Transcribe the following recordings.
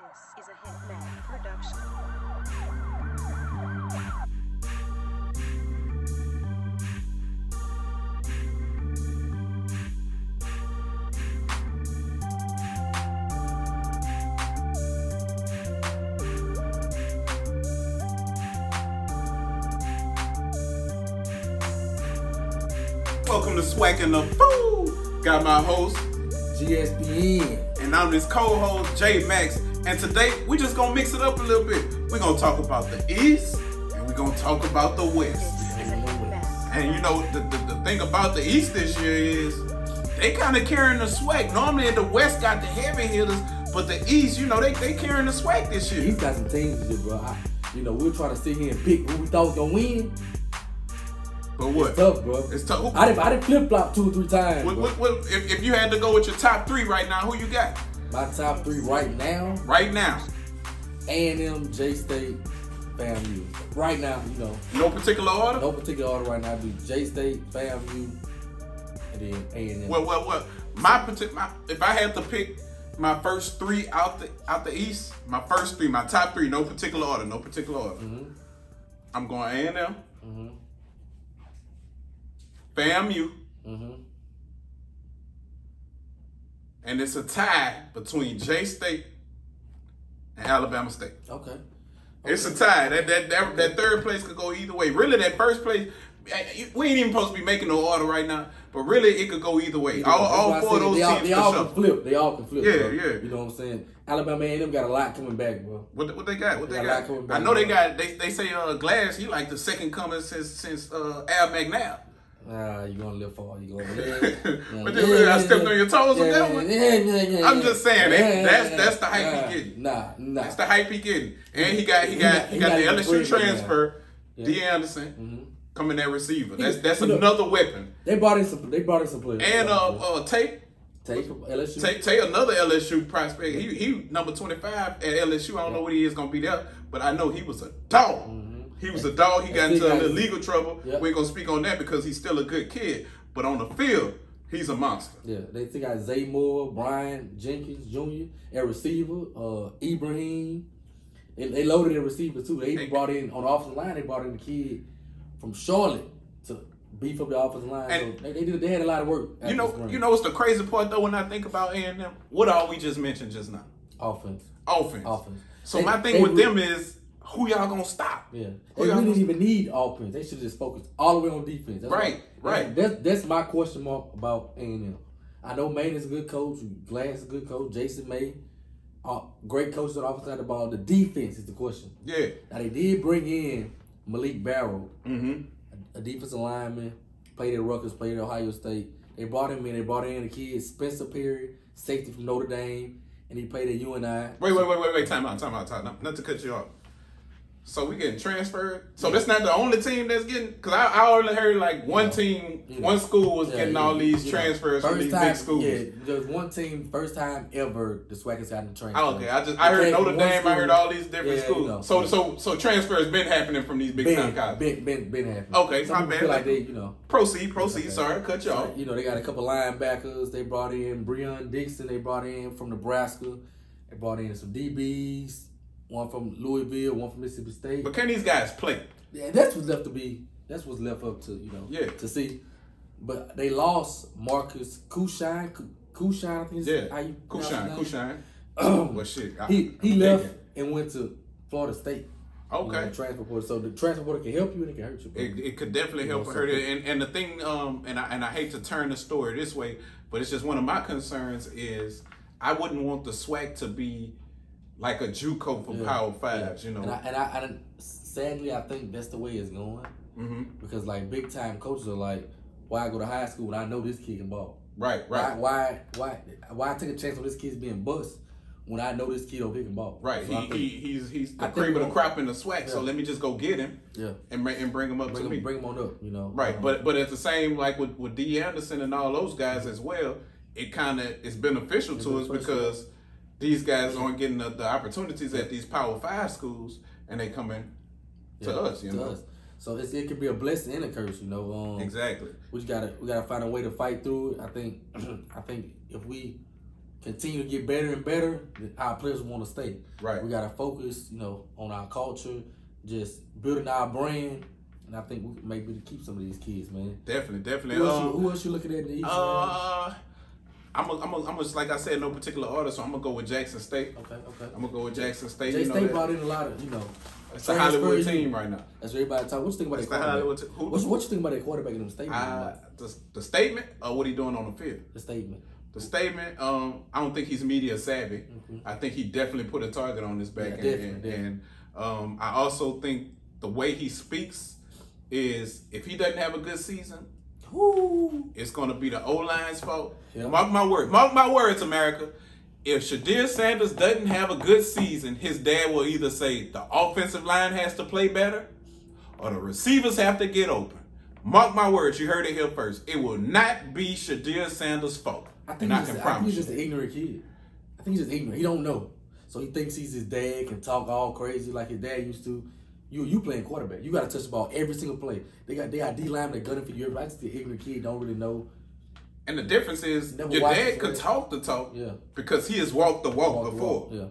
This is a Hitman production. Welcome to Swack and the Boo. Got my host, GSPN. and I'm his co-host J Max. And today we just gonna mix it up a little bit. We're gonna talk about the East and we're gonna talk about the West. This is a Hitman. And you know the, the, the thing about the East this year is they kind of carrying the swag. Normally the West got the heavy hitters, but the East, you know, they they carrying the swag this He's year. got some teams to do, bro. I, you know, we're trying to sit here and pick who we thought was gonna win. But what? Tough, bro. It's tough. I didn't, I didn't flip flop two or three times. What, bro. what, what, if, if you had to go with your top three right now, who you got My top three right now: right now? A and M, J State, FAMU. Right now, you know, No particular order. no particular order. Right now, I do J State, FAMU, and then A and M. Well, well, well. My, partic- my if I had to pick my first three out the out the East, my first three, my top three, no particular order, no particular order. Mm-hmm. I'm going A and M, FAMU, Mhm. and it's a tie between J State and Alabama State. Okay. It's a tie. That, that that that third place could go either way. Really, that first place, eh, eh, we ain't even supposed to be making no order right now. But really, it could go either way. All, That's why all I four of said those they all, teams They all for sure. can flip. They all can flip. Yeah, bro. yeah. You know what I'm saying? Alabama A&M got a lot coming back, bro. What, what they got? What they They got a lot got? coming I back, know they bro. got. They, they say uh, Glass. He like the second coming since since uh, Al McNabb. Nah, Ah, you gonna live for you gonna live. But then, really, I stepped on your toes with that one. I'm just saying, that- that's- that's the hype he nah, getting. Nah, nah. That's the hype he getting. And he got he got he He got got the it LSU complete, yeah. transfer, D Anderson, coming at receiver. That's that's another weapon. they brought in some. They brought in some players. And uh, uh Tate take from LSU. Tay, Tay another LSU prospect. He he number twenty five at LSU. I don't know what he is gonna be there, but I know he was a dog. He was a dog. He got And he into a got- little legal trouble. Yep. We ain't gonna speak on that because he's still a good kid. But on the field, he's a monster. yeah, they they got Zay Moore, Brian Jenkins Jr. at receiver, uh, Ibrahim. They, they loaded at receiver too. They even brought in on the offensive line. They brought in the kid from Charlotte to beef up the offensive line. And- so they, they did. They had a lot of work. You after know, spring. you know what's the crazy part though when I think about A and M? What all we just mentioned just now? offense, Offense. offense. So They- my thing they with re- them is who y'all gonna stop? Yeah, Who they y'all really gonna didn't even need offense. They should have just focused all the way on defense. That's Right, my- right. That's that's my question mark about A and M. I know Maine is a good coach. Glass is a good coach. Jason May, uh, great coach at offense side of the ball. The defense is the question. Yeah. Now they did bring in Malik Barrow, Mm-hmm. a defensive lineman, played at Rutgers, played at Ohio State. They brought him in. They brought in a kid, Spencer Perry, safety from Notre Dame, and he played at UNI. Wait, wait, wait, wait, wait. Time out, time out, time out. Not to cut you off. So we getting transferred. So that's not the only team that's getting. Cause I, I already heard like one team, Yeah. one school was Yeah, getting yeah, all these yeah. transfers from First these time- big schools. Yeah, there's one team, first time ever the Swag has gotten transferred. Oh, okay. I just I heard Okay, Notre one Dame. I school- heard all these different Yeah, schools. you know. so so so transfers been happening from these big time Ben, guys. Ben, Ben, Ben happened. Okay, my Some people bad. feel like they, you know, Proceed, proceed. Okay. Sorry, cut you off. you know, they got a couple linebackers. They brought in Breon Dixon. They brought in from Nebraska. They brought in some DBs. One from Louisville. One from Mississippi State. But can these guys play? Yeah, that's what's left to be. That's what's left up to you know. Yeah. To see, but they lost Marcus Kushine. Ku- Kushine, I think. is Yeah. How you pronounce his Kushan, name. Kushan. well, shit. I- He he I'm left thinking. and went to Florida State. You know, Okay. the transfer portal. So the transfer portal can help you and it can hurt you. Bro. It, it could definitely help know, her. something. And and the thing, um, and I and I hate to turn the story this way, but it's just one of my concerns is I wouldn't want the swag to be like a JUCO for Power Fives, you know. And I, and I, I done- sadly I think that's the way it's going hmm because like big time coaches are like, why go to high school when I know this kid can ball? Right, right, Why why why why take a chance on this kid's being bust when I know this kid over here can ball? right. So I He, think- he he's he's the I think cream of the we'll- crop in the swag. So Yeah. let me just go get him yeah. and bring, and bring him up Bring to me. him, bring him on up, you know. Right, Um, but but at the same like with with D Anderson and all those guys as well, it kind of is beneficial to us beneficial. because these guys aren't getting the, the opportunities at these Power Five schools, and they coming to yeah, us, you to know. us. So it's, it could be a blessing and a curse, you know. Um, Exactly. we just gotta we gotta find a way to fight through it. I think I think if we continue to get better and better, then our players want to stay. Right. We gotta focus, you know, on our culture, just building our brand, and I think we can maybe keep some of these kids, man. Definitely, definitely. Who else, you, Um, who else you looking at in the East? man? Uh, I'm a, I'm a, I'm just like I said, no particular order, so I'm gonna go with Jackson State. Okay, okay. I'm gonna go with Jackson State. Jay You know State that- brought in a lot of, you know, it's the Hollywood transfers. team right now. That's what everybody talk. What you think about It's that the quarterback? Hollywood. Team. Who, What's- what you think about that quarterback in the statement? uh, like, the, the statement or what he doing on the field? the statement. The statement. Um, I don't think he's media savvy. I think he definitely put a target on his back, Mm-hmm. Yeah, and, definitely, and, definitely. and um, I also think the way he speaks is if he doesn't have a good season, Woo. It's gonna be the O line's fault. Yeah. Mark my word. Mark my words, America. If Shadir Sanders doesn't have a good season, his dad will either say the offensive line has to play better or the receivers have to get open. Mark my words, you heard it here first. It will not be Shadir Sanders' fault. I think, and I can he's, just, I think promise he's you. just an ignorant kid. I think he's just ignorant. He don't know, so he thinks he's his dad can talk all crazy like his dad used to. You you playing quarterback. You got to touch the ball every single play. They got they got D line that gunning for you. Everybody just an ignorant kid don't really know. And the difference is Never your watched dad it. could talk the talk Yeah. because he has walked the walk Walk the before. walk. Yeah.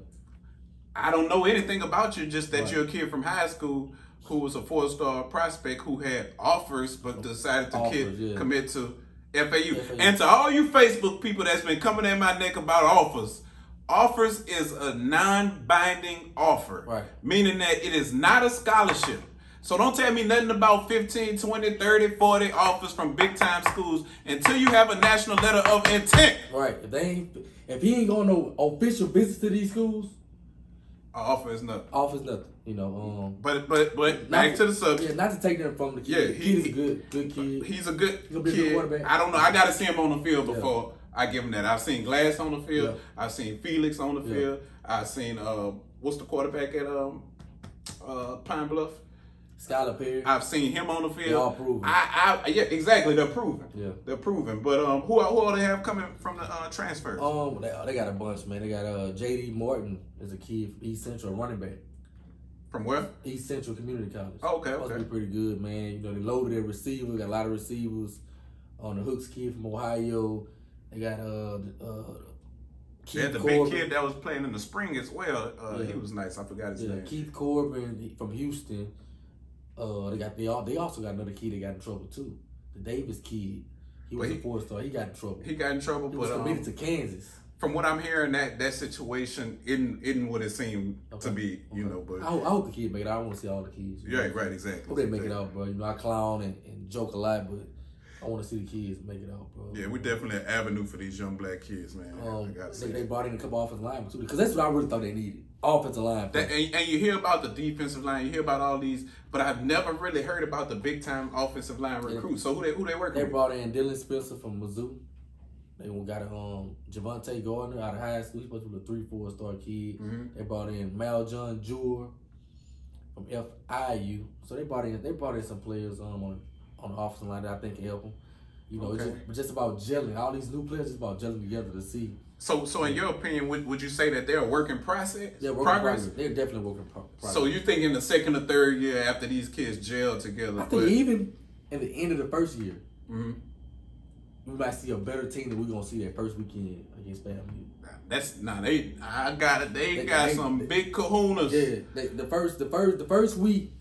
I don't know anything about you, just that Right. you're a kid from high school who was a four star prospect who had offers but decided to Offers, kid, yeah. commit to FAU. FAU. And to all you Facebook people that's been coming at my neck about offers, offers is a non binding offer, Right. meaning that it is not a scholarship. So don't tell me nothing about 15, 20, 30, 40 offers from big time schools until you have a national letter of intent. Right. If they ain't if he ain't going no official business to these schools, An offer is nothing. offers nothing. You know. Um. But but but not back to the subject. Yeah, not to take them from the kid. Yeah, the he- kid is a he- good, good kid. He's a good He'll be a kid. good quarterback. I don't know. I got to see him on the field before I give him that. I've seen Glass on the field. I've seen Felix on the field. I've seen uh, what's the quarterback at um, uh, Pine Bluff? Skylar Perry. I've seen him on the field. all proven. I, I, yeah, exactly. They're proven. Yeah. they're proven. But um, who are- who all they have coming from the uh, transfers? Um, they, they got a bunch, man. They got uh J.D. Morton is a kid from East Central running back. from where? East Central Community College. Oh, okay, Supposed to okay. be pretty good, man. You know, they loaded their receivers. Got a lot of receivers. On the Hooks kid from Ohio. They got uh, the, uh They had the Corbin. big kid that was playing in the spring as well. Uh, Yeah. He was nice. I forgot his Yeah, name. Keith Corbin from Houston. Uh, they got they all they also got another kid that got in trouble too. The Davis kid. He was But a he- four star. He got in trouble. He, He got in trouble, was but um, committed to Kansas. from what I'm hearing, that that situation isn't isn't what it seemed Okay. to be, you Okay. know. I, But hope- I hope the kid make it. I want to see all the kids. you yeah, know. right, exactly. Hope they make it out, bro. You know I clown and, and joke a lot, but I want to see the kids make it out, bro. Yeah, we definitely an avenue for these young black kids, man. I Um, gotta they, say. they brought in a couple offensive linemen too, because that's what I really thought they needed. Offensive line. That- and, and you hear about the defensive line, you hear about all these, but I've never really heard about the big time offensive line recruits. So who they who they They working with? brought in Dylan Spencer from Mizzou. They got um Javante Gardner out of high school. He's supposed to be a three, four star kid. Mhm. They brought in Mal John Jewell from FIU. So they brought in they brought in some players um, on on the offensive line that I think can help them. You know, it's Okay. just, just about gelling. All these new players just about gelling together to see. So so in your opinion, would, would you say that they're a working process? They're working progress. progress. They're definitely working pro- progress. So you think in the second or third year after these kids jail together? I think but- even at the end of the first year, Mhm. we might see a better team than we're gonna see that first weekend against FAMU. that's nah, they I got it. They, They- got they- some they- big kahunas. Yeah, the, the first, the first, the first week,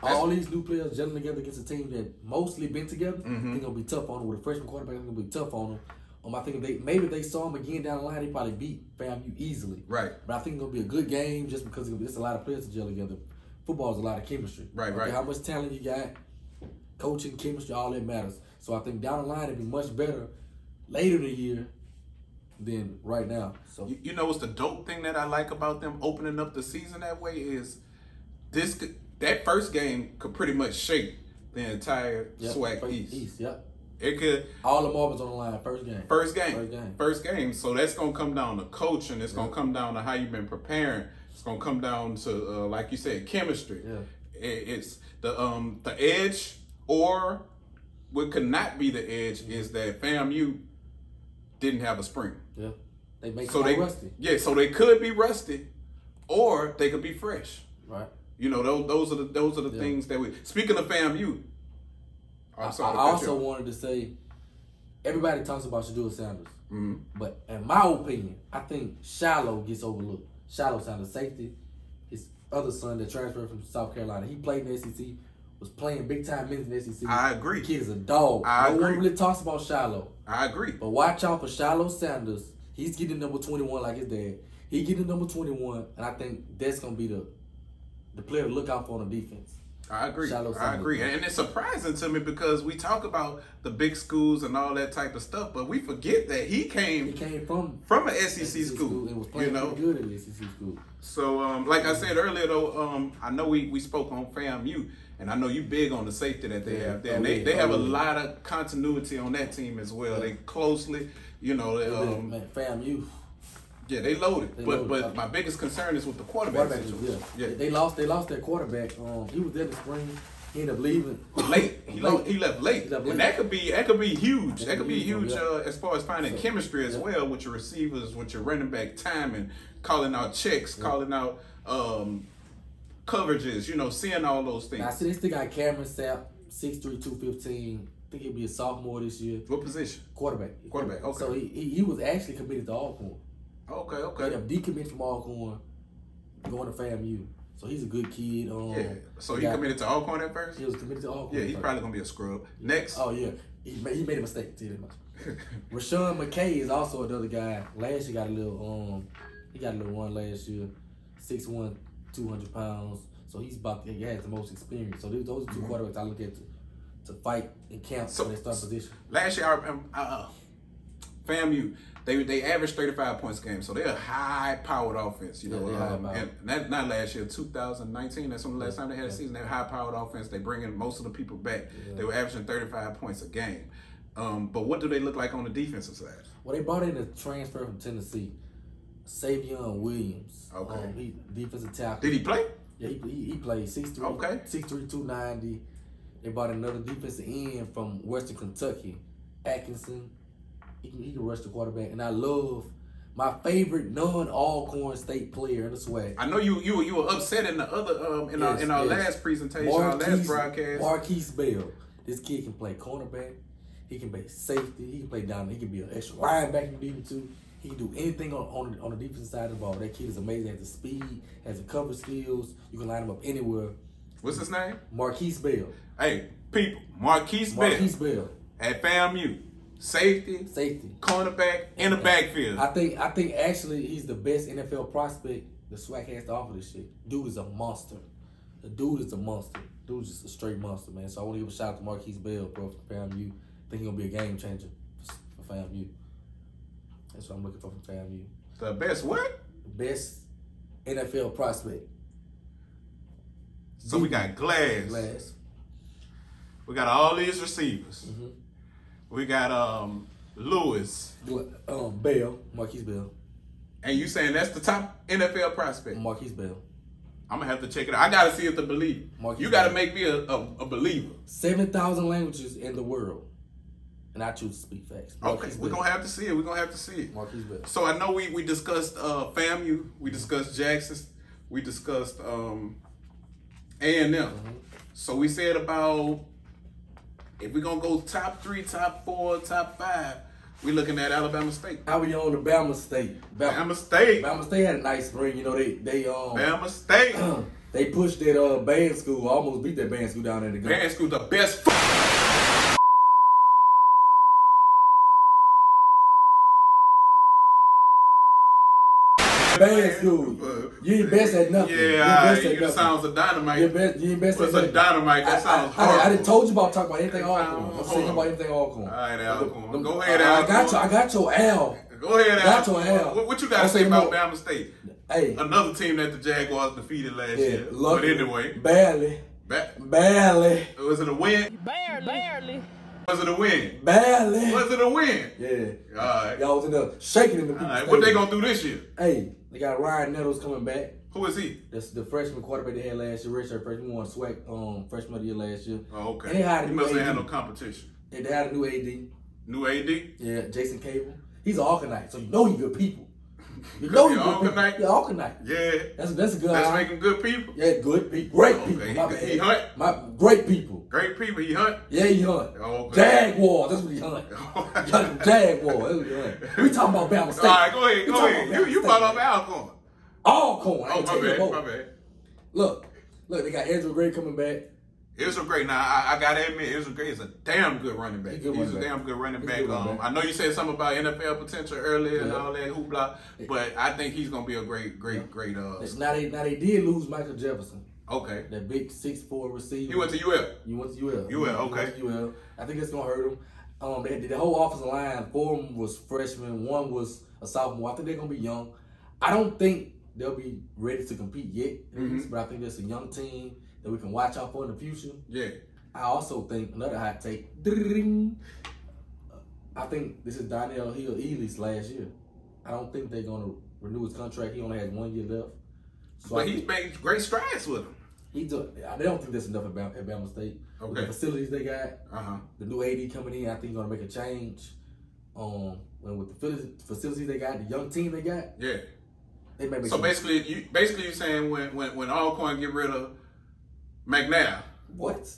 That's- all these new players gelling together against a team that mostly been together. Mhm. They're gonna be tough on them with a freshman quarterback. They're gonna be tough on them. Um, I think if they maybe if they saw them again down the line, they probably beat FAMU easily. Right. But I think it's gonna be a good game just because it's, gonna be, it's a lot of players to gel together. Football is a lot of chemistry. Right, right. How much talent you got, coaching, chemistry, all that matters. So I think down the line it'd be much better later in the year than right now. So You, you know what's the dope thing that I like about them opening up the season that way is this could, that first game could pretty much shape the entire yep, SWAC first- East. Yep. It could All the marbles on the line. First game. first game, First game. first game. So that's gonna come down to coaching. It's gonna come down to how you've been preparing. It's gonna come down to uh, like you said, chemistry. Yeah. I- it's the um the edge or what could not be the edge Mm-hmm. is that FAMU didn't have a spring. Yeah. They make So they rusty. yeah, so they could be rusty, or they could be fresh. Right. You know, those those are the those are the things that we. Speaking of FAMU, I'm I sorry. to cut you also off. wanted to say, everybody talks about Shadur Sanders. Mhm. But in my opinion, I think Shallow gets overlooked. Shallow out of safety. His other son that transferred from South Carolina, he played in the SEC, was playing big time minutes in the SEC. I agree. The kid is a dog. I no one agree. really talks about Shallow. I agree. But watch out for Shiloh Sanders. He's getting number 21 like his dad. He getting number 21, and I think that's going to be the the player to look out for on the defense. I agree. Shallow I Sanders. agree. And it's surprising to me because we talk about the big schools and all that type of stuff, but we forget that he He came came from from an SEC, school. and was playing you know, pretty good in the SEC school. So, um, like I said earlier, though, um, I know we, we spoke on FAMU, and I know you big on the safety that they Yeah. have there. Oh, and they, yeah. they have Oh, a yeah. lot of continuity on that team as well. They closely, you know, they, um, Man, fam, you. yeah, they loaded. They but loaded. but my biggest concern is with the quarterback, Quarterback, is- yeah. situation. They- They lost They lost their quarterback. Um, He was there this spring. He ended up leaving. late. He, lo- Late. he left late, He left and late. that could be that could be huge. That could be huge yeah. uh, as far as finding So, chemistry as yeah. well with your receivers, with your running back timing, calling out checks, calling out um, coverages. You know, seeing all those things. Now, I see they still got Cameron Sapp, 6'3", 215. I think he'll be a sophomore this year. What position? Quarterback. Quarterback, okay. So he, he, he was actually committed to Alcorn. Okay, Ended okay. up decommitting from Alcorn, going to FAMU. So he's a good kid. Um, Yeah. So he got- committed to Alcorn at first? He was committed to Alcorn. Yeah, he's first. probably gonna be a scrub. Next. Oh yeah, he made, he made a mistake. Tell you that much. Rashawn McKay is also another guy. Last year got a little um, he got a little one last year, 6'1", 200 pounds. So he's about to, he has the most experience. So those, those are 2 quarterbacks I look at to, to fight and Mm-hmm. count So- for their starting position. Last year, I remember, uh, FAMU, they they averaged 35 points a game, so they're a high-powered offense, you Yeah, know. they're um, high-powered. and that's not last year, 2019. That's when the last time they had a season. They're high-powered offense. They bringing most of the people back. They were averaging 35 points a game. Um, but what do they look like on the defensive side? Well, they brought in a transfer from Tennessee, Savion Williams. Okay. Um, he defensive tackle. Did he play? Yeah, he, he, he played 6'3", Okay. 6'3", 290. They bought another defensive end from Western Kentucky, Atkinson. He can, he can rush the quarterback. And I love my favorite non-Alcorn state player in the swag. I know you you were- you were upset in the other um in our Yes, in our yes. last presentation, our last broadcast. Marquise Bell. This kid can play cornerback. He can play safety. He can play down. He can be an extra linebacker if he needed to. He can do anything on, on, the- on the defensive side of the ball. That kid is amazing. Has the speed, has the cover skills. You can line him up anywhere. What's his name? Marquise Bell. Hey, people, Marquise, Marquise Bell Bell. at FAMU, safety, Safety. cornerback in the backfield. I think I think actually he's the best NFL prospect the swag has to offer this shit. Dude is a monster. The dude is a monster. Dude's just a straight monster, man. So I want to give a shout out to Marquise Bell, bro, for FAMU. Think he'll be a game changer for, for FAMU. That's what I'm looking for from FAMU. the best what? Best NFL prospect. So we got Glass. Glass. We got all these receivers. Mhm. We got um Lewis. Gla- Um, Bell. Marquise Bell. And you saying that's the top NFL prospect. Marquise Bell. I'm gonna have to check it out. I gotta see if the believe. Marquise You gotta Bell. make me a, a, a believer. Seven thousand languages in the world, and I choose to speak facts. Okay, Marquise we're Bell. gonna have to see it. We're gonna have to see it. Marquise Bell. So I know we, we discussed uh FAMU, we discussed Jackson, we discussed um A and Mm-hmm. M. So we said about if we're gonna go top three, top four, top five, we looking at Alabama State. Now we on the Bama State. Bama, Alabama State. Bama State had a nice spring. You know they they um Alabama State. they pushed that uh band school. Almost beat that band school down there. To go. Man, school the best. F- Band school. You ain't best at nothing. you ain't uh, Yeah, best at it nothing. sounds a dynamite. you ain't best. You ain't best What's at a nothing. dynamite? That I- sounds I, I, I, horrible. didn't told you about talking about anything That Alcorn. I'm sounds saying about horrible. anything Alcorn. All right, Alcorn. Them- Go ahead, I, I got Alcorn. you. I got your L. Go ahead, That's Al. what hell. What, what you got to That's say what about Bama mo- State? Hey, Another team that the Jaguars defeated last yeah, year. lucky. But anyway, barely, back, barely, was it a win? Barely. Barely. Was it a win? barely. Was it a win? Yeah, All right. y'all was in there shaking in the All people's right. What they going stadium. to do this year? Hey, they got Ryan Nettles coming back. Who is he? That's the freshman quarterback they had last year, redshirt freshman, won swag um freshman of the year last year. Oh, okay. And they hired a he new must have AD. had no competition. They they had a new AD. New AD? Yeah, Jason Cable. He's an Arcanite, so you know he good people. You know Your you Uncle Knight? Yeah, Uncle Knight. Yeah. That's that's a good. Let's eye. make them good people. yeah, good people, great people. Okay, my he- bad. he hunt? My great people. Great people. He hunt. Yeah, he hunt. Oh, Okay. Oh. Jaguar. That's what he hunt. He hunt Jaguar. That's what he hunt. We talking about Bama State. All right, go We ahead, go talking ahead. about You Bama you State. brought up Alcorn. Alcorn. I Oh ain't my taking bad, them over. my bad. Look, look, they got Andrew Gray coming back. Israel Gray. Now I, I gotta admit, Israel Gray is a damn good running back. He's He's, a good a running back. damn good running He's a back. good running um, back. I know you said something about NFL potential earlier and Yeah. all that hoopla, but I think he's gonna be a great, great, great. Uh, Now they now they did lose Michael Jefferson, okay, that big six four receiver. he went to UF. You went to UL. UL, You okay. went to UL. I think it's gonna hurt them. Um, they, the whole offensive line, four of them was freshmen, one was a sophomore. I think they're gonna be young. I don't think they'll be ready to compete yet, at least, but I think that's a young team that we can watch out for in the future. Yeah, I also think another hot take. ding, I think this is Donnell Hill Ely's last year. I don't think they're gonna renew his contract. He only has one year left. So I but he's think made great strides with him. he do, I don't think that's enough at Bama, at Bama State. With Okay. The facilities they got, Uh huh. the new AD coming in, I think gonna make a change. Um, and with the facil- facilities they got, the young team they got, Yeah. they may make So some- basically, you basically you saying when when when Alcorn get rid of McNabb, what?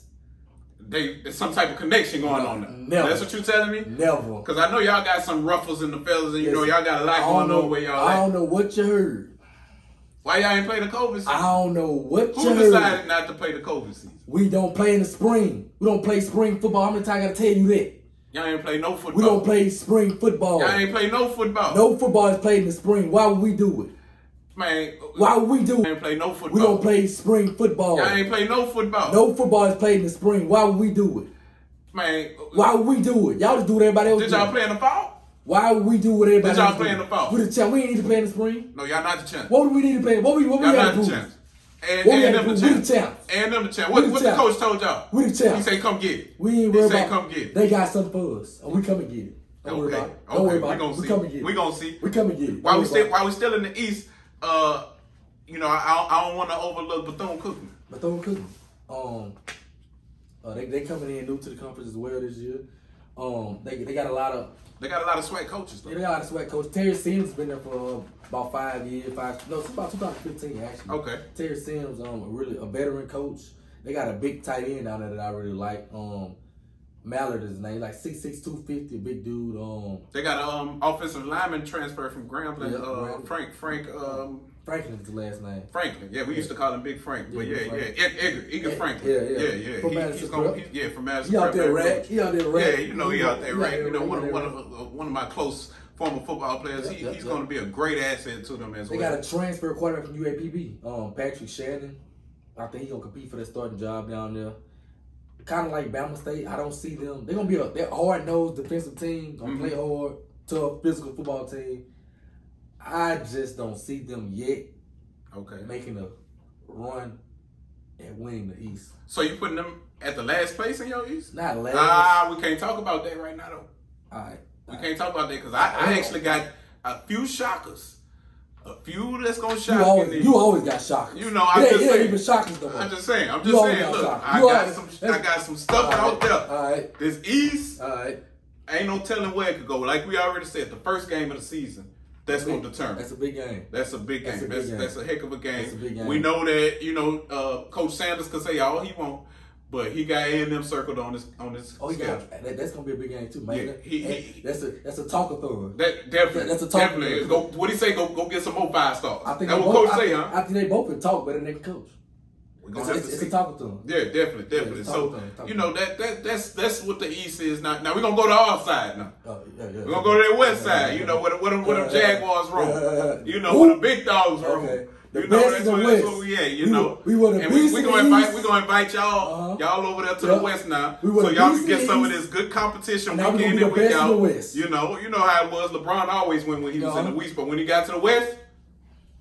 they there's some type of connection going on there. Never. That's what you telling me? Never. Cause I know y'all got some ruffles in the feathers, and you know Listen, y'all got a lot I don't going on where y'all I at. don't know what you heard. Why y'all ain't play the COVID season? I don't know what you Who heard. decided not to play the COVID season? We don't play in the spring. We don't play spring football. How many times I gotta tell you that? Y'all ain't play no We football. don't play spring football. Y'all ain't play no football. No football is played in the spring. Why would we do it? Man, Why would we do y'all it? ain't play no football. We don't play spring football. Y'all ain't play no football. No football is played in the spring. Why would we do it? Man, Why would we do it? Y'all just do what everybody else did do. y'all play in the fall? Why would we do what everybody Did y'all else play do? in the fall? We, the champ. we ain't need to play in the spring. No, y'all not the champ. What do we need to play? What we what we Y'all got not to the prove? champ. And, What we and gotta them the prove? We champ. the champs. And them the champ. We What, the what the champs. coach told y'all? We the champs. He say come get it. We ain't he worried say about. come get it. They got something for us, and we come and get it. Don't worry Okay. about it. Don't worry Okay. about We gonna it. We see. come and get it. We gonna see. We come and get it. While Don't we worry still about while we still in the East, uh, you know, I, I don't- I don't want to overlook Bethune Cookman. it. Bethune Cookman. Um, uh, they they coming in new to the conference as well this year. Um, they they got a lot of They got a lot of swag coaches though. they got a lot of sweat coach. Terry Sims been there for uh, about five years, five no, it's about 2015 actually. Okay. Terry Sims, um, a really a veteran coach. They got a big tight end down there that I really like. Um, Mallard is his name, like 6'6", 250, big dude. Um, They got an um, offensive lineman transfer from Grambling, Yeah, uh, Grambling. Frank Frank um, Franklin's the last name. Franklin. Yeah, we used to call him Big Frank, but Yeah, yeah, yeah, Frank. Ed, Edgar, Edgar Ed- Franklin. yeah, yeah. yeah. From He- Madison he's gonna, Prep. he- yeah, from Madison. He out Prep, there Baton Rouge. rack. He out there rack. Yeah, you know he out there rack. You know he one of out there one of rack. uh, one of my close former football players. Yep, he, yep, he's yep. gonna be a great asset to them as They well. got a transfer quarterback from UAPB, um, Patrick Shannon. I think he's gonna compete for that starting job down there. Kind of like Bama State, I don't see them. They're gonna be a they're hard nosed defensive team, gonna Mm-hmm. play hard, tough, physical football team. I just don't see them yet okay, making a run and winning the East. so you putting them at the last place in your East? Not last. Ah, we can't talk about that right now though. All right. We can't talk about that because I, I actually got a few shockers, a few that's gonna shock You in always, these. you always got shockers. You know, I'm it ain't, just it ain't saying. even shockers no more. I'm just saying. I'm You just always saying. got Look, shockers. I You got always- some. I that's- got some stuff out there. All right. This East All right. ain't no telling where it could go. Like we already said, the first game of the season that's gonna determine. That's a big game. That's a big game. That's That's a big that's, game. a heck of a game. That's a big game. We know that. You know, uh, Coach Sanders can say all he want, but he got A and M circled on his on his Oh, he schedule. got that, that's gonna be a big game too, man. Yeah, That- he- that- he- that's a that's a talkathon. That definitely, Yeah, that's a talk. definitely. Go, what he say? Go, go get some more five stars. I think That's they what both, Coach I, say, think- huh? I think they both can talk better than they can coach. We're It's, gonna have it's, to it's see. a talkathon. Yeah, definitely, definitely. it's so talk time, talk you know that that that's that's what the East is now. Now we're gonna go to our side now. Oh, yeah, yeah, We're gonna go to that West side. You know where the, where them, where them Yeah, yeah. Jaguars roam. Yeah, yeah, yeah. You know where the Who? big dogs roam. Okay. The you know best that's of the where, that's West. where we at. You We know. were- we were the and we, beast we of gonna the invite East. we gonna invite y'all Uh-huh. y'all over there to Yeah. the West now. We were so the y'all beast can of get the some of East. this good competition And now we weekend in gonna be the with best of y'all. the West. You know you know how it was. LeBron always went when he was in Uh-huh. the East, but when he got to the West,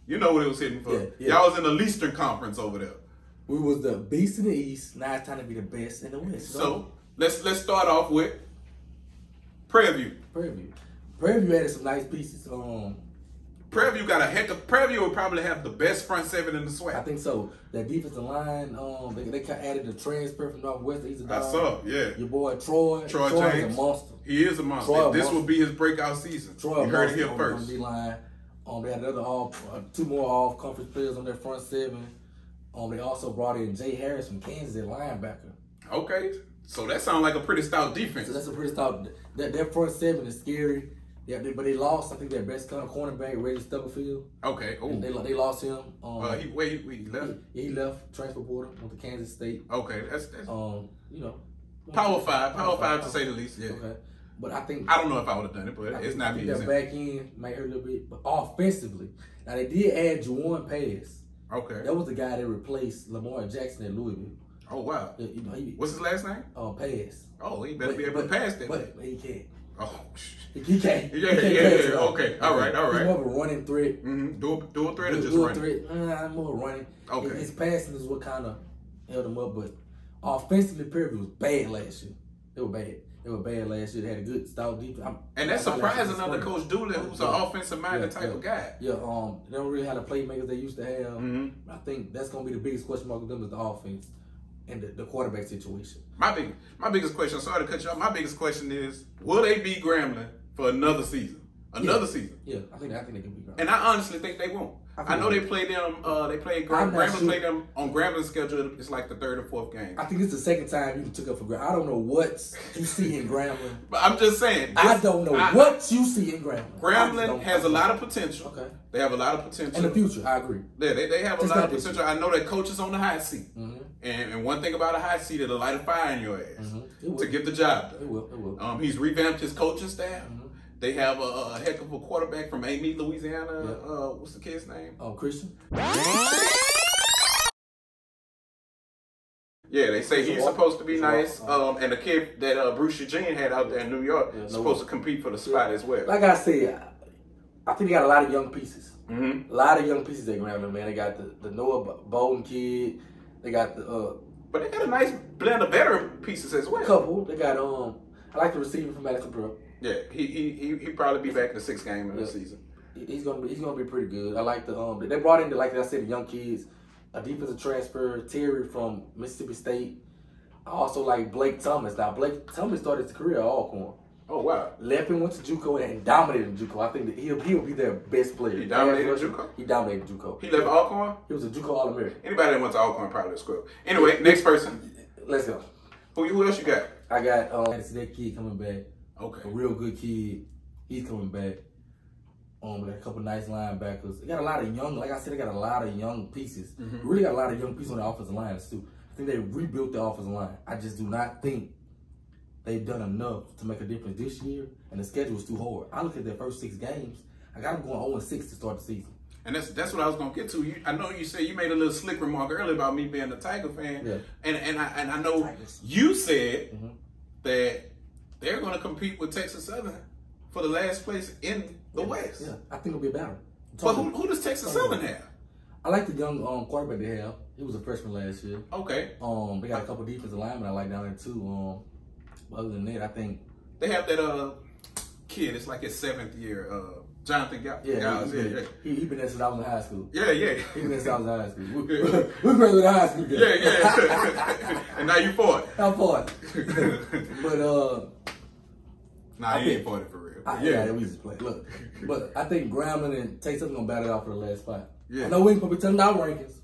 you know what it was hitting for. Yeah, yeah. Y'all was in the Eastern Conference over there. We was the beast in the East. Now it's time to be the best in the West. So let's let's start off with Prairie View. Prairie View, Prairie View added some nice pieces. Um, Prairie View got a heck of Prairie View would probably have the best front seven in the I swag. think so. That defensive line, um, they, they kinda added a transfer from Northwest. He's a I dog. saw, yeah. Your boy Troy. Troy is James. a monster. He is a monster. Troy this Monster. will be his breakout season. Troy you heard it Monster here on the- on first. the D line. Um, they had another all uh, two more all conference players on their front seven. Um, they also brought in Jay Harris from Kansas, their linebacker. Okay. So that sounds like a pretty stout defense. So that's a pretty top. That their front seven is scary. Yeah, they, but they lost. I think their best kind of cornerback, Reggie Stubblefield. Okay. Oh. They they lost him. Um, Uh, he, wait, he, he left. he, he left transfer portal went to Kansas State. Okay. That's, that's Um, you know, power five. Power Power five, five to say the least. Yeah. Okay, but I think I don't know if I would have done it, but I it's think- not I me. think That Okay. back end might hurt a little bit, but offensively, now they did add Juwan Pass. That was the guy that replaced Lamar Jackson at Louisville. Uh, Oh wow. You know, he What's his last name? uh, Pass. Oh, he better be able to pass that. But, but he can't. oh. He can't. Yeah, he can't yeah, pass yeah, it off. okay, all right, all right. He's more of a running threat. Mm-hmm. Dual, dual threat or Dual- just dual running? threat. Uh, more running. Okay. His, his passing is what kind of held him up, but offensively, period, was bad last year. They were bad. They were bad last year. They had a good stout defense. I'm- And that's I'm not sure surprising this under spring. Coach Dooley, who's an Yeah. offensive minded Yeah, type yeah. of guy. Yeah, um, they don't really have the playmakers they used to have. hmm I think that's gonna be the biggest question mark with them is the offense and the, the quarterback situation. My big, my biggest question. Sorry to cut you off. My biggest question is, will they be Grambling for another season? Another season? Yeah, I think I think they can be great. And I honestly think they won't. I I, think know they they play them. Uh, they play I'm Grambling. not Grambling sure. play them on Grambling's schedule. It's like the third or fourth game. I think it's the second time you took up for Grambling. I don't know what you see in Grambling. But I'm just saying. I this- don't know I- what you see in Grambling. I just Grambling don't- has a lot of potential. Okay. They have a lot of potential. in the future. I agree. Yeah, they, they have a Just lot not of this potential. I know that coach is on the hot seat. hmm And, and one thing about a hot seat, it'll light a fire in your ass Mhm. It will. to get the job It done. will. It will. Um, he's revamped his coaching staff. Mhm. They have a, a heck of a quarterback from Amy, Louisiana. Yeah. Uh, what's the kid's name? Oh, Christian. Yeah, they say It's he's a walk- supposed to be it's a walk- nice. Um, and the kid that uh, Bruce Eugene had out there in New York Yeah, is no supposed to compete for the spot as well. Like I said, I- I think they got a lot of young pieces. hmm A lot of young pieces at Grambling, man. They got the, the Noah Bo- Bowden kid. They got the uh, But they got a nice blend of veteran pieces as well. couple. They got um. I like the receiver from Madison Pro. Yeah, he he he he probably be back in the sixth game of the Yeah. season. He- He's gonna be he's gonna be pretty good. I like the um. They brought in the like I said the young kids, a defensive transfer Terry from Mississippi State. I also like Blake Thomas. Now Blake Thomas started his career at Alcorn. Oh wow. Left and went to JUCO and dominated in JUCO. I think that he'll he'll be their best player. He dominated Pass rush, JUCO? He dominated JUCO. He left Alcorn. He was a JUCO All American. Anybody that went to Alcorn probably a scrub. Anyway, next person. Let's go. Who you? Who else you got? I got um. It's that kid coming back. Okay. a real good kid. He's coming back. Um, with a couple nice linebackers. They got a lot of young, like I said, they got a lot of young pieces. Mm-hmm. Really got a lot of young pieces on the offensive lines too. I think they rebuilt the offensive line. I just do not think they've done enough to make a difference this year, and the schedule is too hard. I look at their first six games. I got them going 0 6 to start the season. And that's that's what I was gonna get to. You, I know you said you made a little slick remark earlier about me being a Tiger fan, Yeah. and and I and I know Tigers. you said Mhm. that they're gonna compete with Texas Southern for the last place in the West. Yeah, I think it'll be a battle. But who, who does Texas Southern have? I like the young um, quarterback they have. He was a freshman last year. Okay, Um, they got a couple defensive linemen I like down there too. Um, but other than that, I think they have that uh kid. It's like his seventh year. Uh, Jonathan Gal- Yeah, Gals. he, Yeah, he, yeah, been, he, he been there since I was in high school. yeah, yeah, He been there since I was in high school. We, Yeah. we graduated high school. together. yeah, yeah. and now you for it. I'm for it. But uh, nah, I you ain't think- for it for real. I, yeah, we just play. Look, but I think Grambling and Texas gonna battle it out for the last spot. Yeah. I know we ain't gonna be telling our rankings,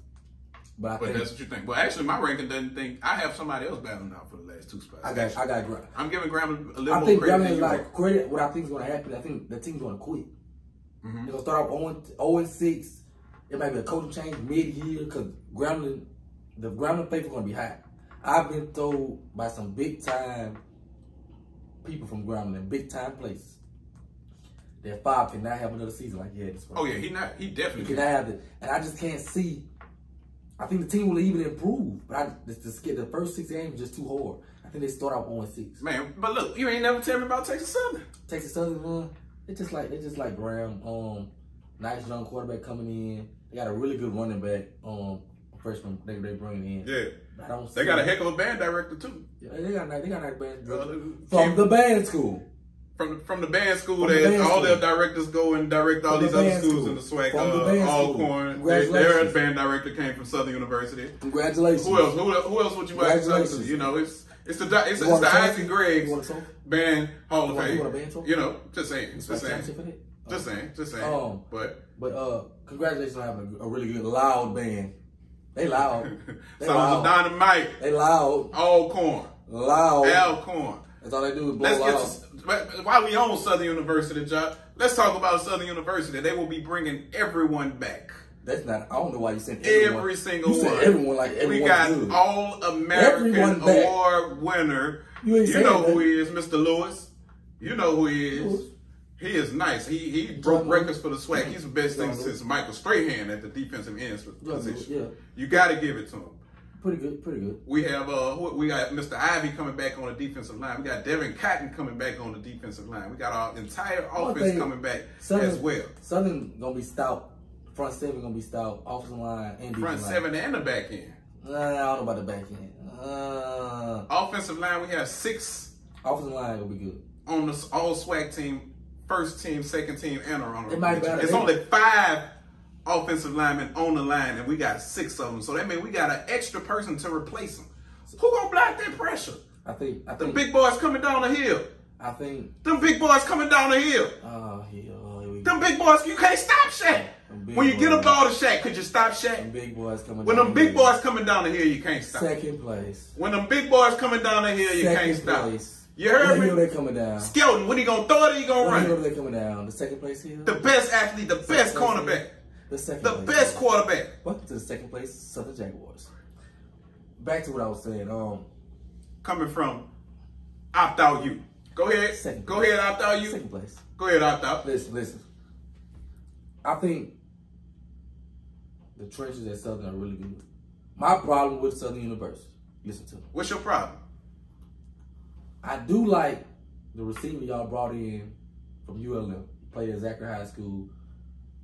but I But think that's what you think. Well, actually, my ranking doesn't think I have somebody else battling out for the last two spots. I got I got Grambling. I'm giving Grambling a little I more think credit Grambling than is you. like credit. What I think is gonna happen, I think the team's gonna quit. Mm-hmm. They're gonna start off 0 six. It might be a coaching change mid year because Grambling, the Grambling faithful gonna be hot. I've been told by some big time people from Grambling, big time places, that Five cannot have another season like he had this one. oh yeah, he not. He he definitely. cannot have it, and I just can't see. I think the team will even improve, but I just, just get the first six games is just too hard. I think they start off 0 six. Man, but look, you ain't never tell me about Texas Southern. Texas Southern one, they just like they just like Graham. Um, nice young quarterback coming in. They got a really good running back. Um, freshman they they bringing in. Yeah, I don't. they got a heck of a band director too. Yeah, they got a- they got a nice band Uh, from the band school. from from the band school, From the that band all school. their directors go and direct all From the these other band schools school. in the swag. From the Uh, band school. Alcorn, they, their Congratulations. band director came from Southern University. Congratulations. Who else? Who, else- who else would you like to talk to? Congratulations. You know, it's it's the it's, You it's want the a trophy? Isaac Greggs You want a trophy? band Hall You of want- you want a Fame. band trophy? You know, just saying, just Like, saying. championship for that? Just saying, just saying. Um, but But uh, congratulations on having a, a really good loud band. They loud. They sounds loud. of dynamite, They loud. all corn, loud. all corn. That's all they do is blow Let's loud. get to, but while we on Southern University, job. Let's talk about Southern University. They will be bringing everyone back. That's not. I don't know why you said everyone. Every single you one. Said everyone like everyone. we got good. All American Everyone back. Award winner. You ain't saying know that. who he is, Mr. Lewis. You know who he is. Lewis. He is nice. He he broke Lewis. records for the swag. He's the best thing Lewis. since Michael Strahan at the defensive ends Lewis, position. yeah. You got to give it to him. pretty good. Pretty good. We have uh who- we got Mr. Ivy coming back on the defensive line. We got Devin Cotton coming back on the defensive line. We got our entire One offense thing, coming back Southern- as well. Southern gonna be stout. Front seven gonna be stout. Offensive line and defensive Front line. seven and the back end. Nah, I don't know about the back end. Uh, Offensive line, we have six offensive line gonna be good. on the s- all swag team, first team, second team, and our honorable It might be mention. better. It's only five offensive linemen on the line, and we got six of them. So that means we got an extra person to replace them. Who gonna block that pressure? I think. I Them think. big boys coming down the hill. I think. Them big boys coming down the hill. Oh, here, oh, here we go. Them big boys, you can't stop Shaq. Them big When you get boys. a ball to Shaq, could you stop Them Shaq? big boys coming. When down them big here. boys coming down the hill, you can't stop. Second place. When them big boys coming down the hill, you Second can't stop. place. You heard When you know me? they coming down. Skelton, when he gonna throw it or he gonna When you know run? it? they coming down. The second place here. The best athlete, the best Second place cornerback. here. The second. The place best here. quarterback. Welcome to the second place Southern Jaguars. Back to what I was saying. Um, coming from opt out you. Go ahead. Second. Go ahead, opt out second you. place. Go ahead, opt out. Listen, listen. I think the trenches at Southern are really good. My problem with Southern University. Listen to me. What's your problem? I do like the receiver y'all brought in from ULM. Played at Zachary High School.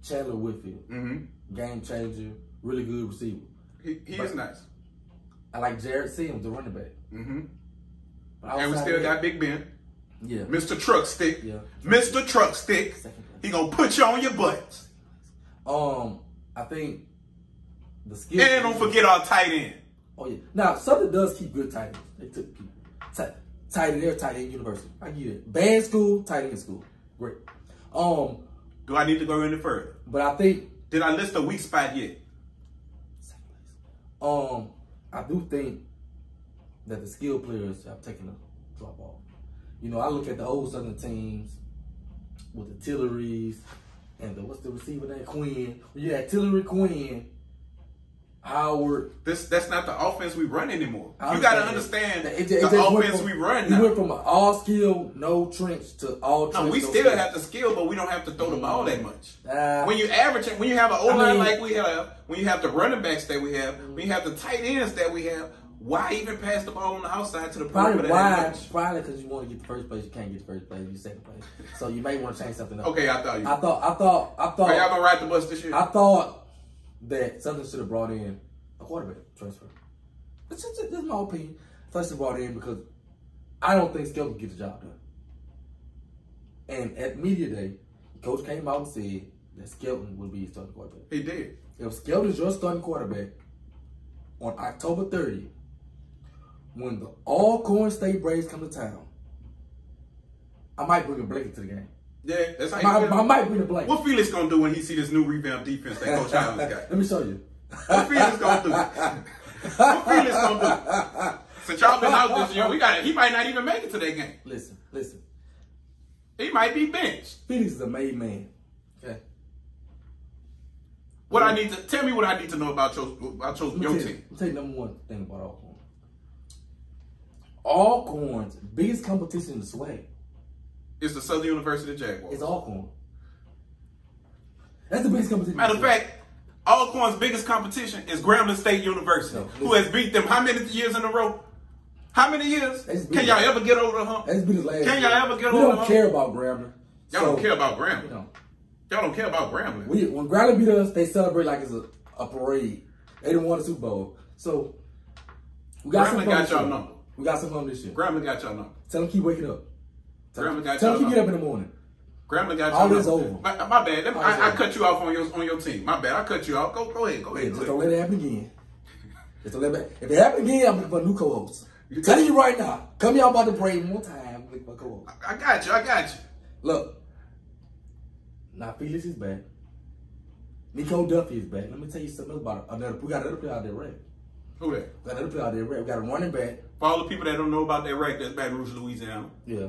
Chandler Whitfield, Mm-hmm. game changer, really good receiver. He, he is But- nice. I like Jared Sims, the running back. Mm-hmm. But And we outside still of got that- Big Ben, yeah. Mr. Truck Stick, Yeah. Mr. Truck Stick. Second place. He gonna put you on your butt. Um, I think the skill. And don't forget our tight end. Oh yeah. Now Southern does keep good tight ends. They took people. Tight, tight end. They're a tight end university. I get it. Band school, tight end school. Great. Um, Do I need to go any further? but I think Did I list a weak spot yet? second place. Um, I do think that the skill players have taken a drop off. You know, I look at the old Southern teams with the Tilleries and the what's the receiver name Quinn. When you had Tillery Quinn, Howard. This that's not the offense we run anymore. I You gotta understand It- it the just went offense from- we run We now. went from an all skill, no trench to all trench. No, we no still skill. have the skill, but we don't have to throw the ball that much. Uh, when you average it, when you have an O line mean- like we have, when you have the running backs that we have, when you have the tight ends that we have, why even pass the ball on the outside to the perimeter? Probably that why? much? Probably because you want to get the first place, you can't get the first place, you second place. So you may want to change something up. Okay, I thought you. I thought, I thought, I Are y'all thought, gonna ride the bus this year? I thought that Southern should have brought in a quarterback transfer. That's just, that's my opinion. Southern should have brought in because I don't think Skelton can get the job done. And at media day, coach came out and said that Skelton would be his starting quarterback. he did. If Skelton's your starting quarterback on October 30th, when the all corn state Braves come to town, I might bring a blanket to the game. Yeah, that's how I, you might- I feel. might bring a blanket. What Felix gonna do when he see this new revamped defense that Coach Allen's got? Let me show you. What Felix gonna do? What Felix gonna do? Since y'all been out this year, we got he might not even make it to that game. Listen, listen. He might be benched. Felix is a made man. Okay. What I need to tell me what I need to know about your about your, Let me your tell you- team. let me tell you number one thing about Alcorn. Alcorn's biggest competition in the swag It's the Southern University Jaguars. is Alcorn. That's the biggest competition. Matter of fact, Alcorn's biggest competition is Grambling State University, No, who has beat them how many years in a row? How many years? That's Can big. y'all ever get over the hump? That's been his last. Can year. y'all ever get We over don't the hump? care about Grambling. Y'all don't care about Grambling. You know, Y'all don't care about Grambling. we, when Grambling beat us, they celebrate like it's a, a parade. They didn't win the Super Bowl, so we got Grambling some fun got this y'all year. number. We got some fun this year. Grambling got y'all number. tell them keep waking up. Tell Grambling got tell y'all them keep get number. up in the morning. Grambling got y'all All number. this over. My, my bad. Let me- All this I, I over. cut you off on your on your team. My bad. I cut you off. Go go ahead. Go Yeah, ahead. just go don't ahead. let it happen again. Just don't let it. If it happen again, I'm looking for a new co-host. I'm telling you right now. Come here, I'm about to pray one more time. I'm looking for a co-host. I got you. I got you. Look, Now Felix is back. Nico Duffy is back. Let me tell you something else about another. We got another player out there, right? Who that? We got another player out there, right? We got a running back. For all the people that don't know about that rack, that's Baton Rouge, Louisiana. Yeah.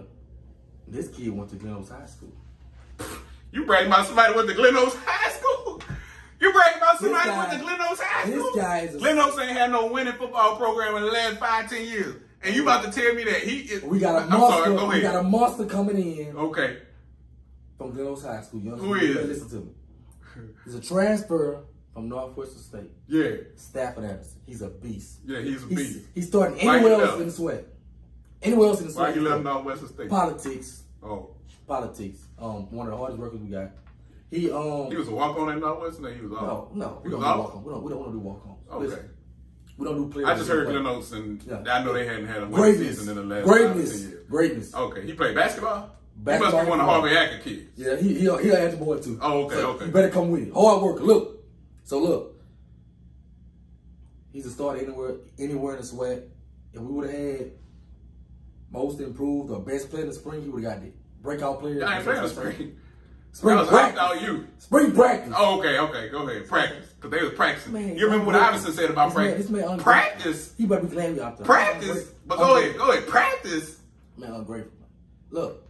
This kid went to Glen Oaks High School. You bragging about somebody went to Glen Oaks High School? You bragging about somebody guy- went to Glen Oaks High this School? guy is a- Glen Oaks ain't had no winning football program in the last five, ten years. And you about to tell me that he is. We got a I'm monster. sorry, go we ahead. got a monster coming in okay. from Glen Oaks High School. You Who understand? is it? Listen to me. He's a transfer from Northwestern State, Yeah. Stafford Anderson. He's a beast. Yeah, he's a He's, beast. he's starting Why anywhere you else left? in the sweat. Anywhere else in the Why sweat. you left Northwestern State? Politics. Oh. Politics. Um, one of the hardest workers we got. He um. He was a walk on at Northwestern or he was off? no, no, we He was don't do walk off? on. We don't. We don't want to do walk ons. Okay. we don't do players. I just heard play. Glen Oaks and Yeah. I know they hadn't had a winning Greatness. season in the last five, Greatness. ten years. Oh. Greatness. Okay. He played basketball? Basketball he must be one of and Harvey Acker kids. Yeah, he he'll he'll add the boy too. Oh, okay, So okay. You better come with it. Hard worker. Look. So look. He's a starter anywhere anywhere in the sweat. If we would have had most improved or best player in the spring, he would have got the breakout player. I ain't playing the spring. Spring that was practice. all you. Spring practice. Oh, okay, okay. Go ahead. Practice. Because they was practicing. Man, you remember what I'm- Iverson said about this man- practice? this man ungrateful. practice? He better be glad we out there. Practice? Ungrateful. But go ahead. Go ahead. Practice? Man, ungrateful. Look.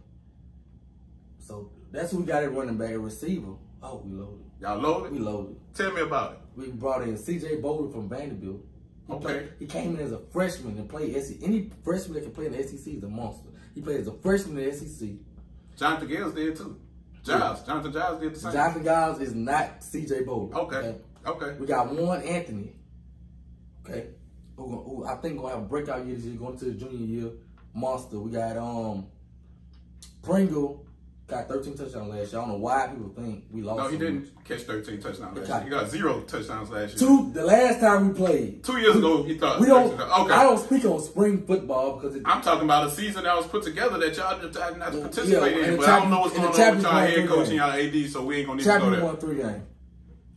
So that's who we got at running back, a receiver. Oh, we loaded. Y'all We loaded? loaded. Tell me about it. We brought in C.J. Boulder from Vanderbilt. He Okay. played- he came in as a freshman and played SEC. Any freshman that can play in the SEC is a monster. He played as a freshman in the E SEC. Jonathan Gales did too. Giles. Jonathan Giles did the same. Jonathan Giles is not C.J. Boulder. Okay. Okay. We got one Anthony. Okay. Who, gon- who I think gonna have a breakout year this year, going to the junior year. Monster. We got um Pringle. Got 13 touchdowns last year. I don't know why people think we lost. No, he him. didn't catch 13 touchdowns last Okay. year. He got zero touchdowns last year. Two. The last time we played, Two years ago, he thought. we don't. Okay. I don't speak on spring football because it, I'm talking about a season that was put together that y'all decided not to Yeah, participate and in. the But I Chapman- don't know what's and going on the with Chapman y'all won head three coach and y'all AD, so we ain't gonna need to go Chapman there. won three games.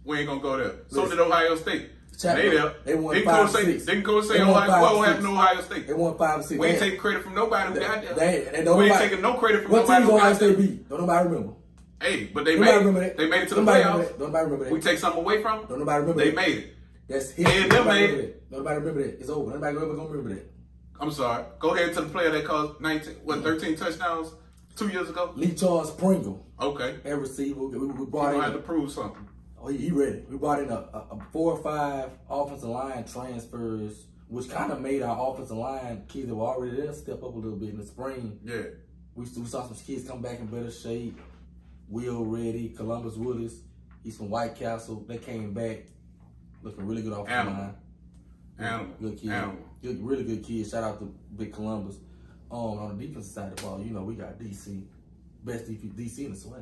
We ain't gonna go there. So Listen. did Ohio State. Chapman, they there. they won didn't five, go say, six. Didn't go say They won Ohio five, What six. happened to Ohio State? They won five or six. we ain't They- take credit from nobody who they- got there. they- they don't we ain't nobody- taking no credit from What nobody team who Ohio got there. State beat? Don't nobody remember. Hey, but they Nobody made remember it. that. They made it to the Nobody remember playoffs. that. Nobody remember that. We take something away from them. Don't nobody remember They that. made it. That's history. And them Nobody made- remember that. Nobody remember that. It's over. Nobody ever gonna remember that. I'm sorry. Go ahead to the player that caused 19, what, 13 touchdowns two years ago. Lee Charles Pringle, Okay, air receiver. We, we I brought in. had to prove something. oh, he, he ready. We brought in a, a, a four or five offensive line transfers, which kind of made our offensive line kids that were already there step up a little bit in the spring. Yeah, We, we saw some kids come back in better shape. Will Reddy, Columbus Willis, he's from White Castle. They came back looking really good offensive Animal. line. animal, Good kid. animal. Good, really good kid. Shout out to Big Columbus. Um, on the defensive side of the ball, you know, we got DC. Best DP, DC in the sweat.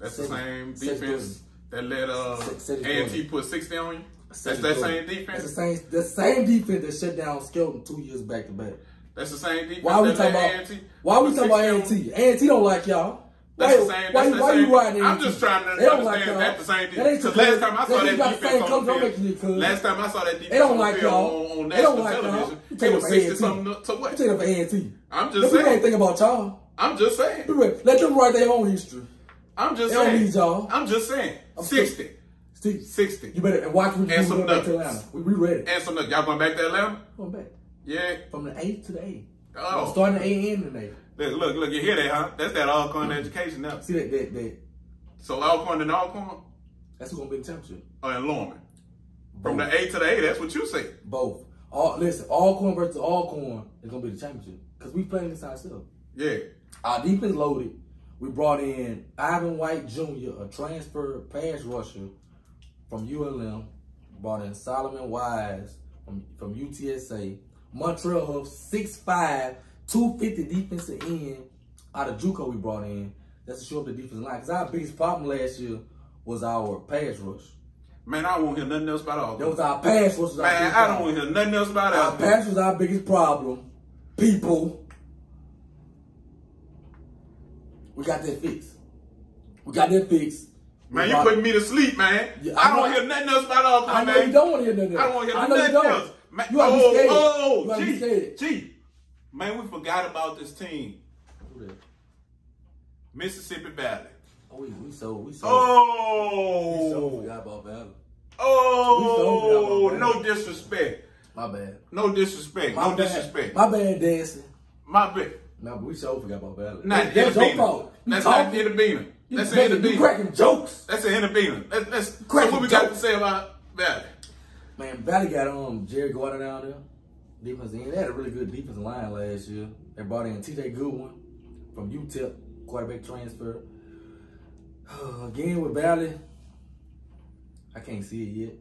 That's the Cedric- same Cedric defense that let uh Cedric- Cedric A&T Gordon. put 60 on you. That's Cedric that Gordon. same That's the defense. same, the same defense that shut down Skelton two years back to back. That's the same defense. Why we that talking let about? A&T Why we put talking about 60 on you. A&T? A&T don't like y'all. That's why, the same- Why, that's the why same- you riding? I'm A&T? just trying to They don't like understand y'all. that's the same That defense. ain't Because your last cousin. time I saw ain't that got the defense same on cousin. the Don't make it your field, cousin. last time I saw that defense They don't on the like field y'all. on, on They don't national like y'all. television, You it take it was for 60 A&T. something to- to You what? take it for A&T. I'm just Look, we saying. ain't think about y'all. I'm just We saying. re- Let them write their own history. I'm just They don't saying. need y'all. I'm just saying. I'm 60. See, 60. you better and watch what you And do some going back to nuggets. Atlanta. We, we ready. And some, y'all going back to Atlanta? Going back Yeah. from the eighth to the eighth. Oh. I'm starting the A and the eighth. Look, look, look, you hear that, huh? That's that Alcorn education now. See that that that So Alcorn and Alcorn that's who's gonna be in championship. are in Lorman. From the A to the A, that's what you say. Both. All listen, all corn versus all corn is gonna be the championship because we playing this ourselves. Yeah. Our defense loaded. We brought in Ivan White Jr., a transfer pass rusher from ULM. Brought in Solomon Wise from, from UTSA. Montreal Huff, 6'5", 250 defensive end out of JUCO we brought in. That's to show up the defensive line. Because our biggest problem last year was our pass rush. Man, I won't hear nothing else about That was Alcorn. our pass rush. was our Man, biggest I problem. don't want to hear nothing else about Our Alcorn. pass was our biggest problem. People. We got that fixed. We got that fixed. Man, We you brought- putting me to sleep, man. Yeah, I I don't know- hear nothing else about I Alcorn, know man. you don't want to hear nothing I else. don't want to I hear know you nothing don't. else. Man, You ought to be oh, scared. oh, you ought to be gee, scared. gee. Man, we forgot about this team. Mississippi Valley. Oh, we, we sold. We sold. We sold. Oh, Forgot about Valor. oh, We sold no out. disrespect. My bad. No disrespect. My No bad. disrespect. My bad, dancing. My bad. No, but we sold. Forgot about Valor. Not that's your Inabina. fault. You That's not talking. Inabina. You That's making- you Inabina. cracking jokes. That's an Inabina. That's, that's so Crack what we a got joke. to say about that. Man, Valley got um Jerry Guarda down there. Defense end. They had a really good defensive line last year. They brought in TJ Goodwin from UTEP, quarterback transfer. Again with Valley, I can't see it yet.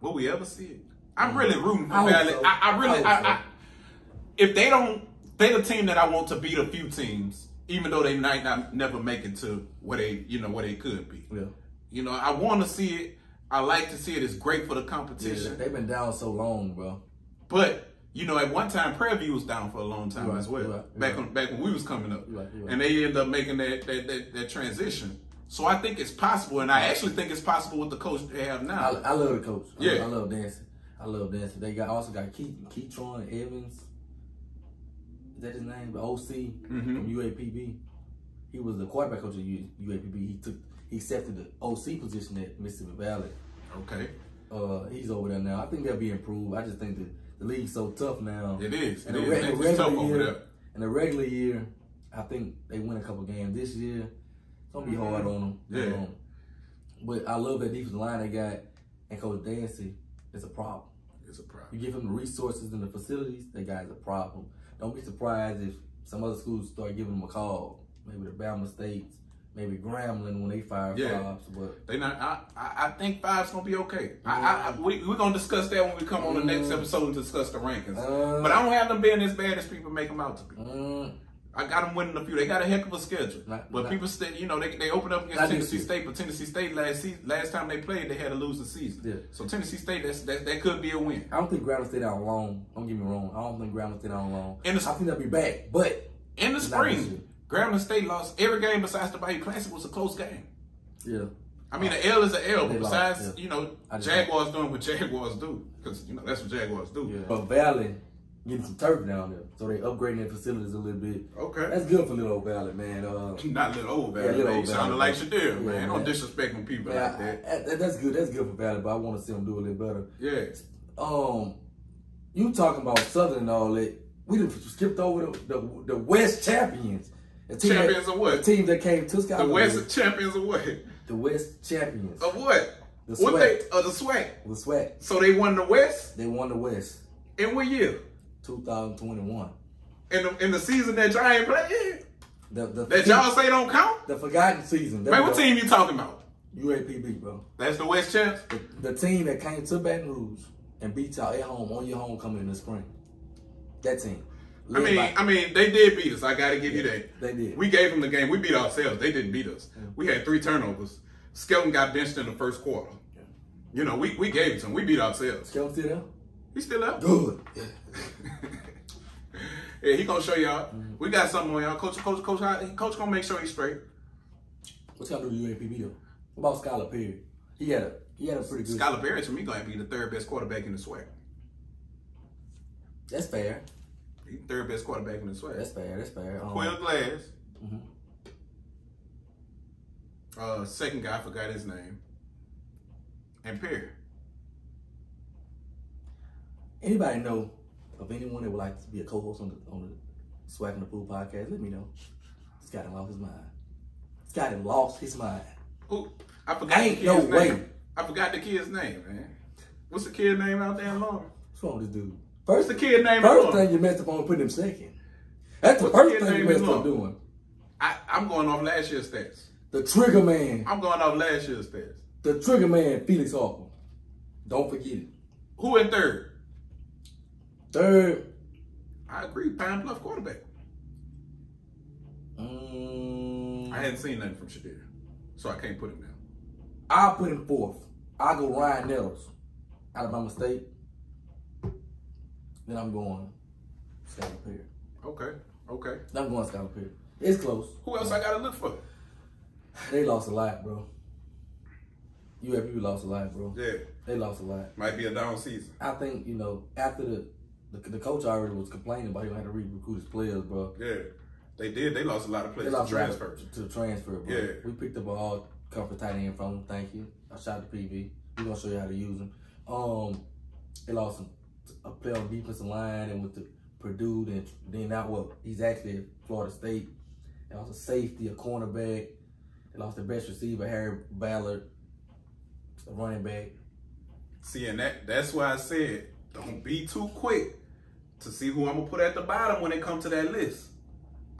Will we ever see it? I'm really rooting for Mm. I hope Valley. so. I, I really, I hope I, so. I, if they don't, they the team that I want to beat a few teams, even though they might not never make it to where they, you know, where they could be. Yeah. You know, I want to see it. I like to see it. It's great for the competition. They've been down so long, bro. But you know, at one time, Prairie View was down for a long time Right, as well. right, back right. when back when we was coming up, Right, right. and they ended up making that that, that that transition. So I think it's possible, and I actually think it's possible with the coach they have I, now. I love the coach. I- Yeah. I, love dancing. I love dancing. They got also got Keith Keetron Evans. Is that his name? The OC from UAPB. He was the quarterback coach of U- UAPB. He took he accepted the OC position at Mississippi Valley. okay, Uh, he's over there now. I think that'll be improved. I just think that the league's so tough now. it is. It the is. re- It's- the It's tough regular over year- there. In the regular year, I think they win a couple games this year. It's gonna be hard on them. Yeah. Um, but I love that defensive line they got, and Coach Dancy is a problem. It's a problem. You give him the resources and the facilities, that guy's a problem. Don't be surprised if some other schools start giving him a call. Maybe the Bama States, maybe Grambling when they fire Yeah. Fobbs, but They not. I, I I think five's gonna be okay. I, I, Mm-hmm. I we we're gonna discuss that when we come on the next episode and discuss the rankings. Uh. but I don't have them being as bad as people make them out to be. mm, I got them winning a few. They got a heck of a schedule. Not- but not- people still, you know, they, they opened up against Not this Tennessee year. State, but Tennessee State last season, last time they played, they had to lose the season. Yeah. So Tennessee State, that's, that that could be a win. I don't think Grambling stayed out long. Don't get me wrong. I don't think Grambling stayed out long. And And it's- I think they'll be back, but In the this year. spring, Grambling State lost every game besides the Bayou Classic was a close game. yeah, I mean, an L is an L, but They lost, besides, yeah. you know, I just- Jaguars doing what Jaguars do because you know that's what Jaguars do. but Valley getting some turf down there, so they upgrading their facilities a little bit. Okay. That's good for little old Valley, man. Uh, Not little old Yeah, man. man. little You old sounded Valley. like Shadir, Yeah, man. Don't man. disrespect my people man, like that. I- I- that- that's good. That's good for Valley, but I want to see them do a little better. Yeah. um, you talking about Southern and all that. We done skipped over the, the, the West champions. The team Champions that, of what? The team that came to The Scotland. West Oh. champions of what? The West champions. Of what? The what swag. they of the swag. The sweat. So they won the West They won the West in what year? 2021. In the, in the season that y'all ain't playing? The the, That y'all say don't count? the forgotten season. There Man, we what go. team you talking about? UAPB, bro. That's the West champs? The, the team that came to Baton Rouge and beat y'all at home on your homecoming in the spring. That team. I mean, I mean, they did beat us. I got to give you that. They did. We gave them the game. We beat ourselves. They didn't beat us. We had three turnovers. Skelton got benched in the first quarter. You know, we, we gave it to them. We beat ourselves. Skelton still there? He's still up. Good. Yeah, he gonna show y'all. We got something on y'all. Coach, coach, coach, how- coach gonna make sure he's straight. What y'all do to UAPB though? What about Skylar Perry? He had a he had a pretty good. Skylar Barry to me gonna be the third best quarterback in the swag. That's fair. He third best quarterback in the swag. That's fair. That's fair. Um, mm-hmm. Quill Glass. Uh, second guy, I forgot his name. And Pierre. anybody know of anyone that would like to be a co-host on the on the Swag in the Pool podcast? Let me know. Scott done lost his mind. Scott done lost his mind. Who? I forgot Ain't the kid's no name. way. I forgot the kid's name, man. What's the kid name out there in Lauren? What's wrong with this dude? First the kid name First on? thing you messed up on putting him second. That's the What's the first kid thing you name messed on? up doing. I, I'm going off last year's stats. The trigger man. I'm going off last year's stats. The trigger man, Felix Harper. Don't forget it. Who in third? Third. I agree, Pine Bluff quarterback. mm, I hadn't seen nothing from Shadir, so I can't put him down. I'll put him fourth. I'll go Ryan Nettles, Alabama State. Then I'm going Scott Perry. Okay, okay. Then I'm going Scott Perry. It's close. Who else I gotta look for? They lost a lot, bro. UAPB lost a lot, bro. Yeah, They lost a lot. might be a down season. I think, you know, after the the, the coach already was complaining about he had to re-recruit his players, bro. Yeah, They did. They lost a lot of They players to lost Robert transfers. To, to transfer, bro. Yeah. We picked up an all comfort tight end from him. Thank you. I shout out to PV. We're gonna show you how to use him. Um, they lost him a player on the defensive line and went to Purdue. Then then now what? He's actually at Florida State. They lost a safety, a cornerback. They lost their best receiver, Harry Ballard, a running back. See, and that that's why I said don't be too quick to see who I'm gonna put at the bottom when it comes to that list.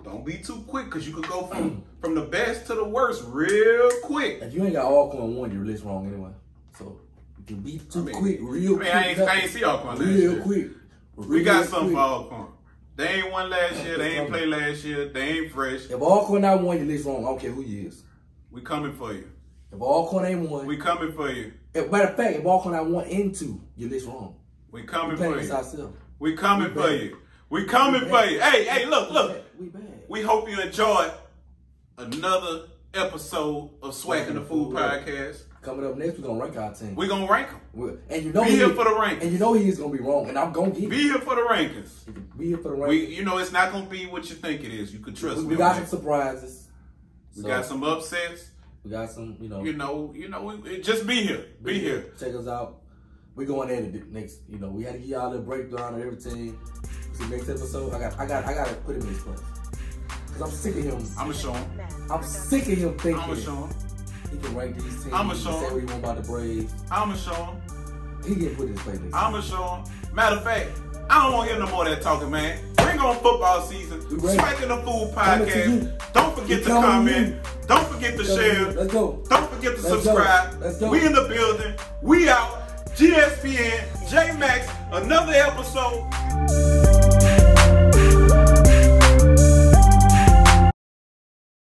Don't be too quick because you could go from from the best to the worst real quick. If you ain't got all corn one, your list wrong anyway. So if you be too I mean- quick, real I mean, quick. I ain't, I ain't see Alcorn last real year. quick. We got real something quick. for Alcorn. They ain't won last year. They ain't played last year. They ain't fresh. If Alcorn not one, your list wrong. I don't care who you is. We coming for you. If Alcorn ain't one, We coming for you. if, matter of fact, if Alcorn not one and two, your list wrong. We We coming playing for against you. ourselves. We coming We for back. you. We coming We for back. you. Hey, hey, look, look. we bad. We bad. We hope you enjoyed another episode of Swacking the Food Podcast. Coming up next, we gonna rank our team. We're gonna rank them. We're- and you know Be he, here for the rankings. And you know he is gonna be wrong, and I'm gonna get Be it. here for the rankings. Be here for the rank. We, you know, it's not gonna be what you think it is. You can trust we, me. we on got that. some surprises. we So, got some upsets. We got some. You know. You know, you know. We, it- just be here. Be here. Check us out. We going at it next. You know, we had to give y'all a breakdown of everything. See next episode. I got. I got. I got to put him in his place. Cause I'm sick of him. I'ma show him. I'm sick of him thinking I'ma show him. he can rank these teams. I'ma and show Say him. what he want about the Braves. I'ma show him. He get put in his place. next I'ma show him. Matter of fact, I don't want to hear no more of that talking, man. Bring on football season. We ready. Swacking the Food Coming to you. Podcast. Don't forget We to coming comment. in. Don't forget to Let's go. share. Let's go. Don't forget to Let's go. subscribe. Let's go. We in the building. We out. GSPN, J Max, another episode.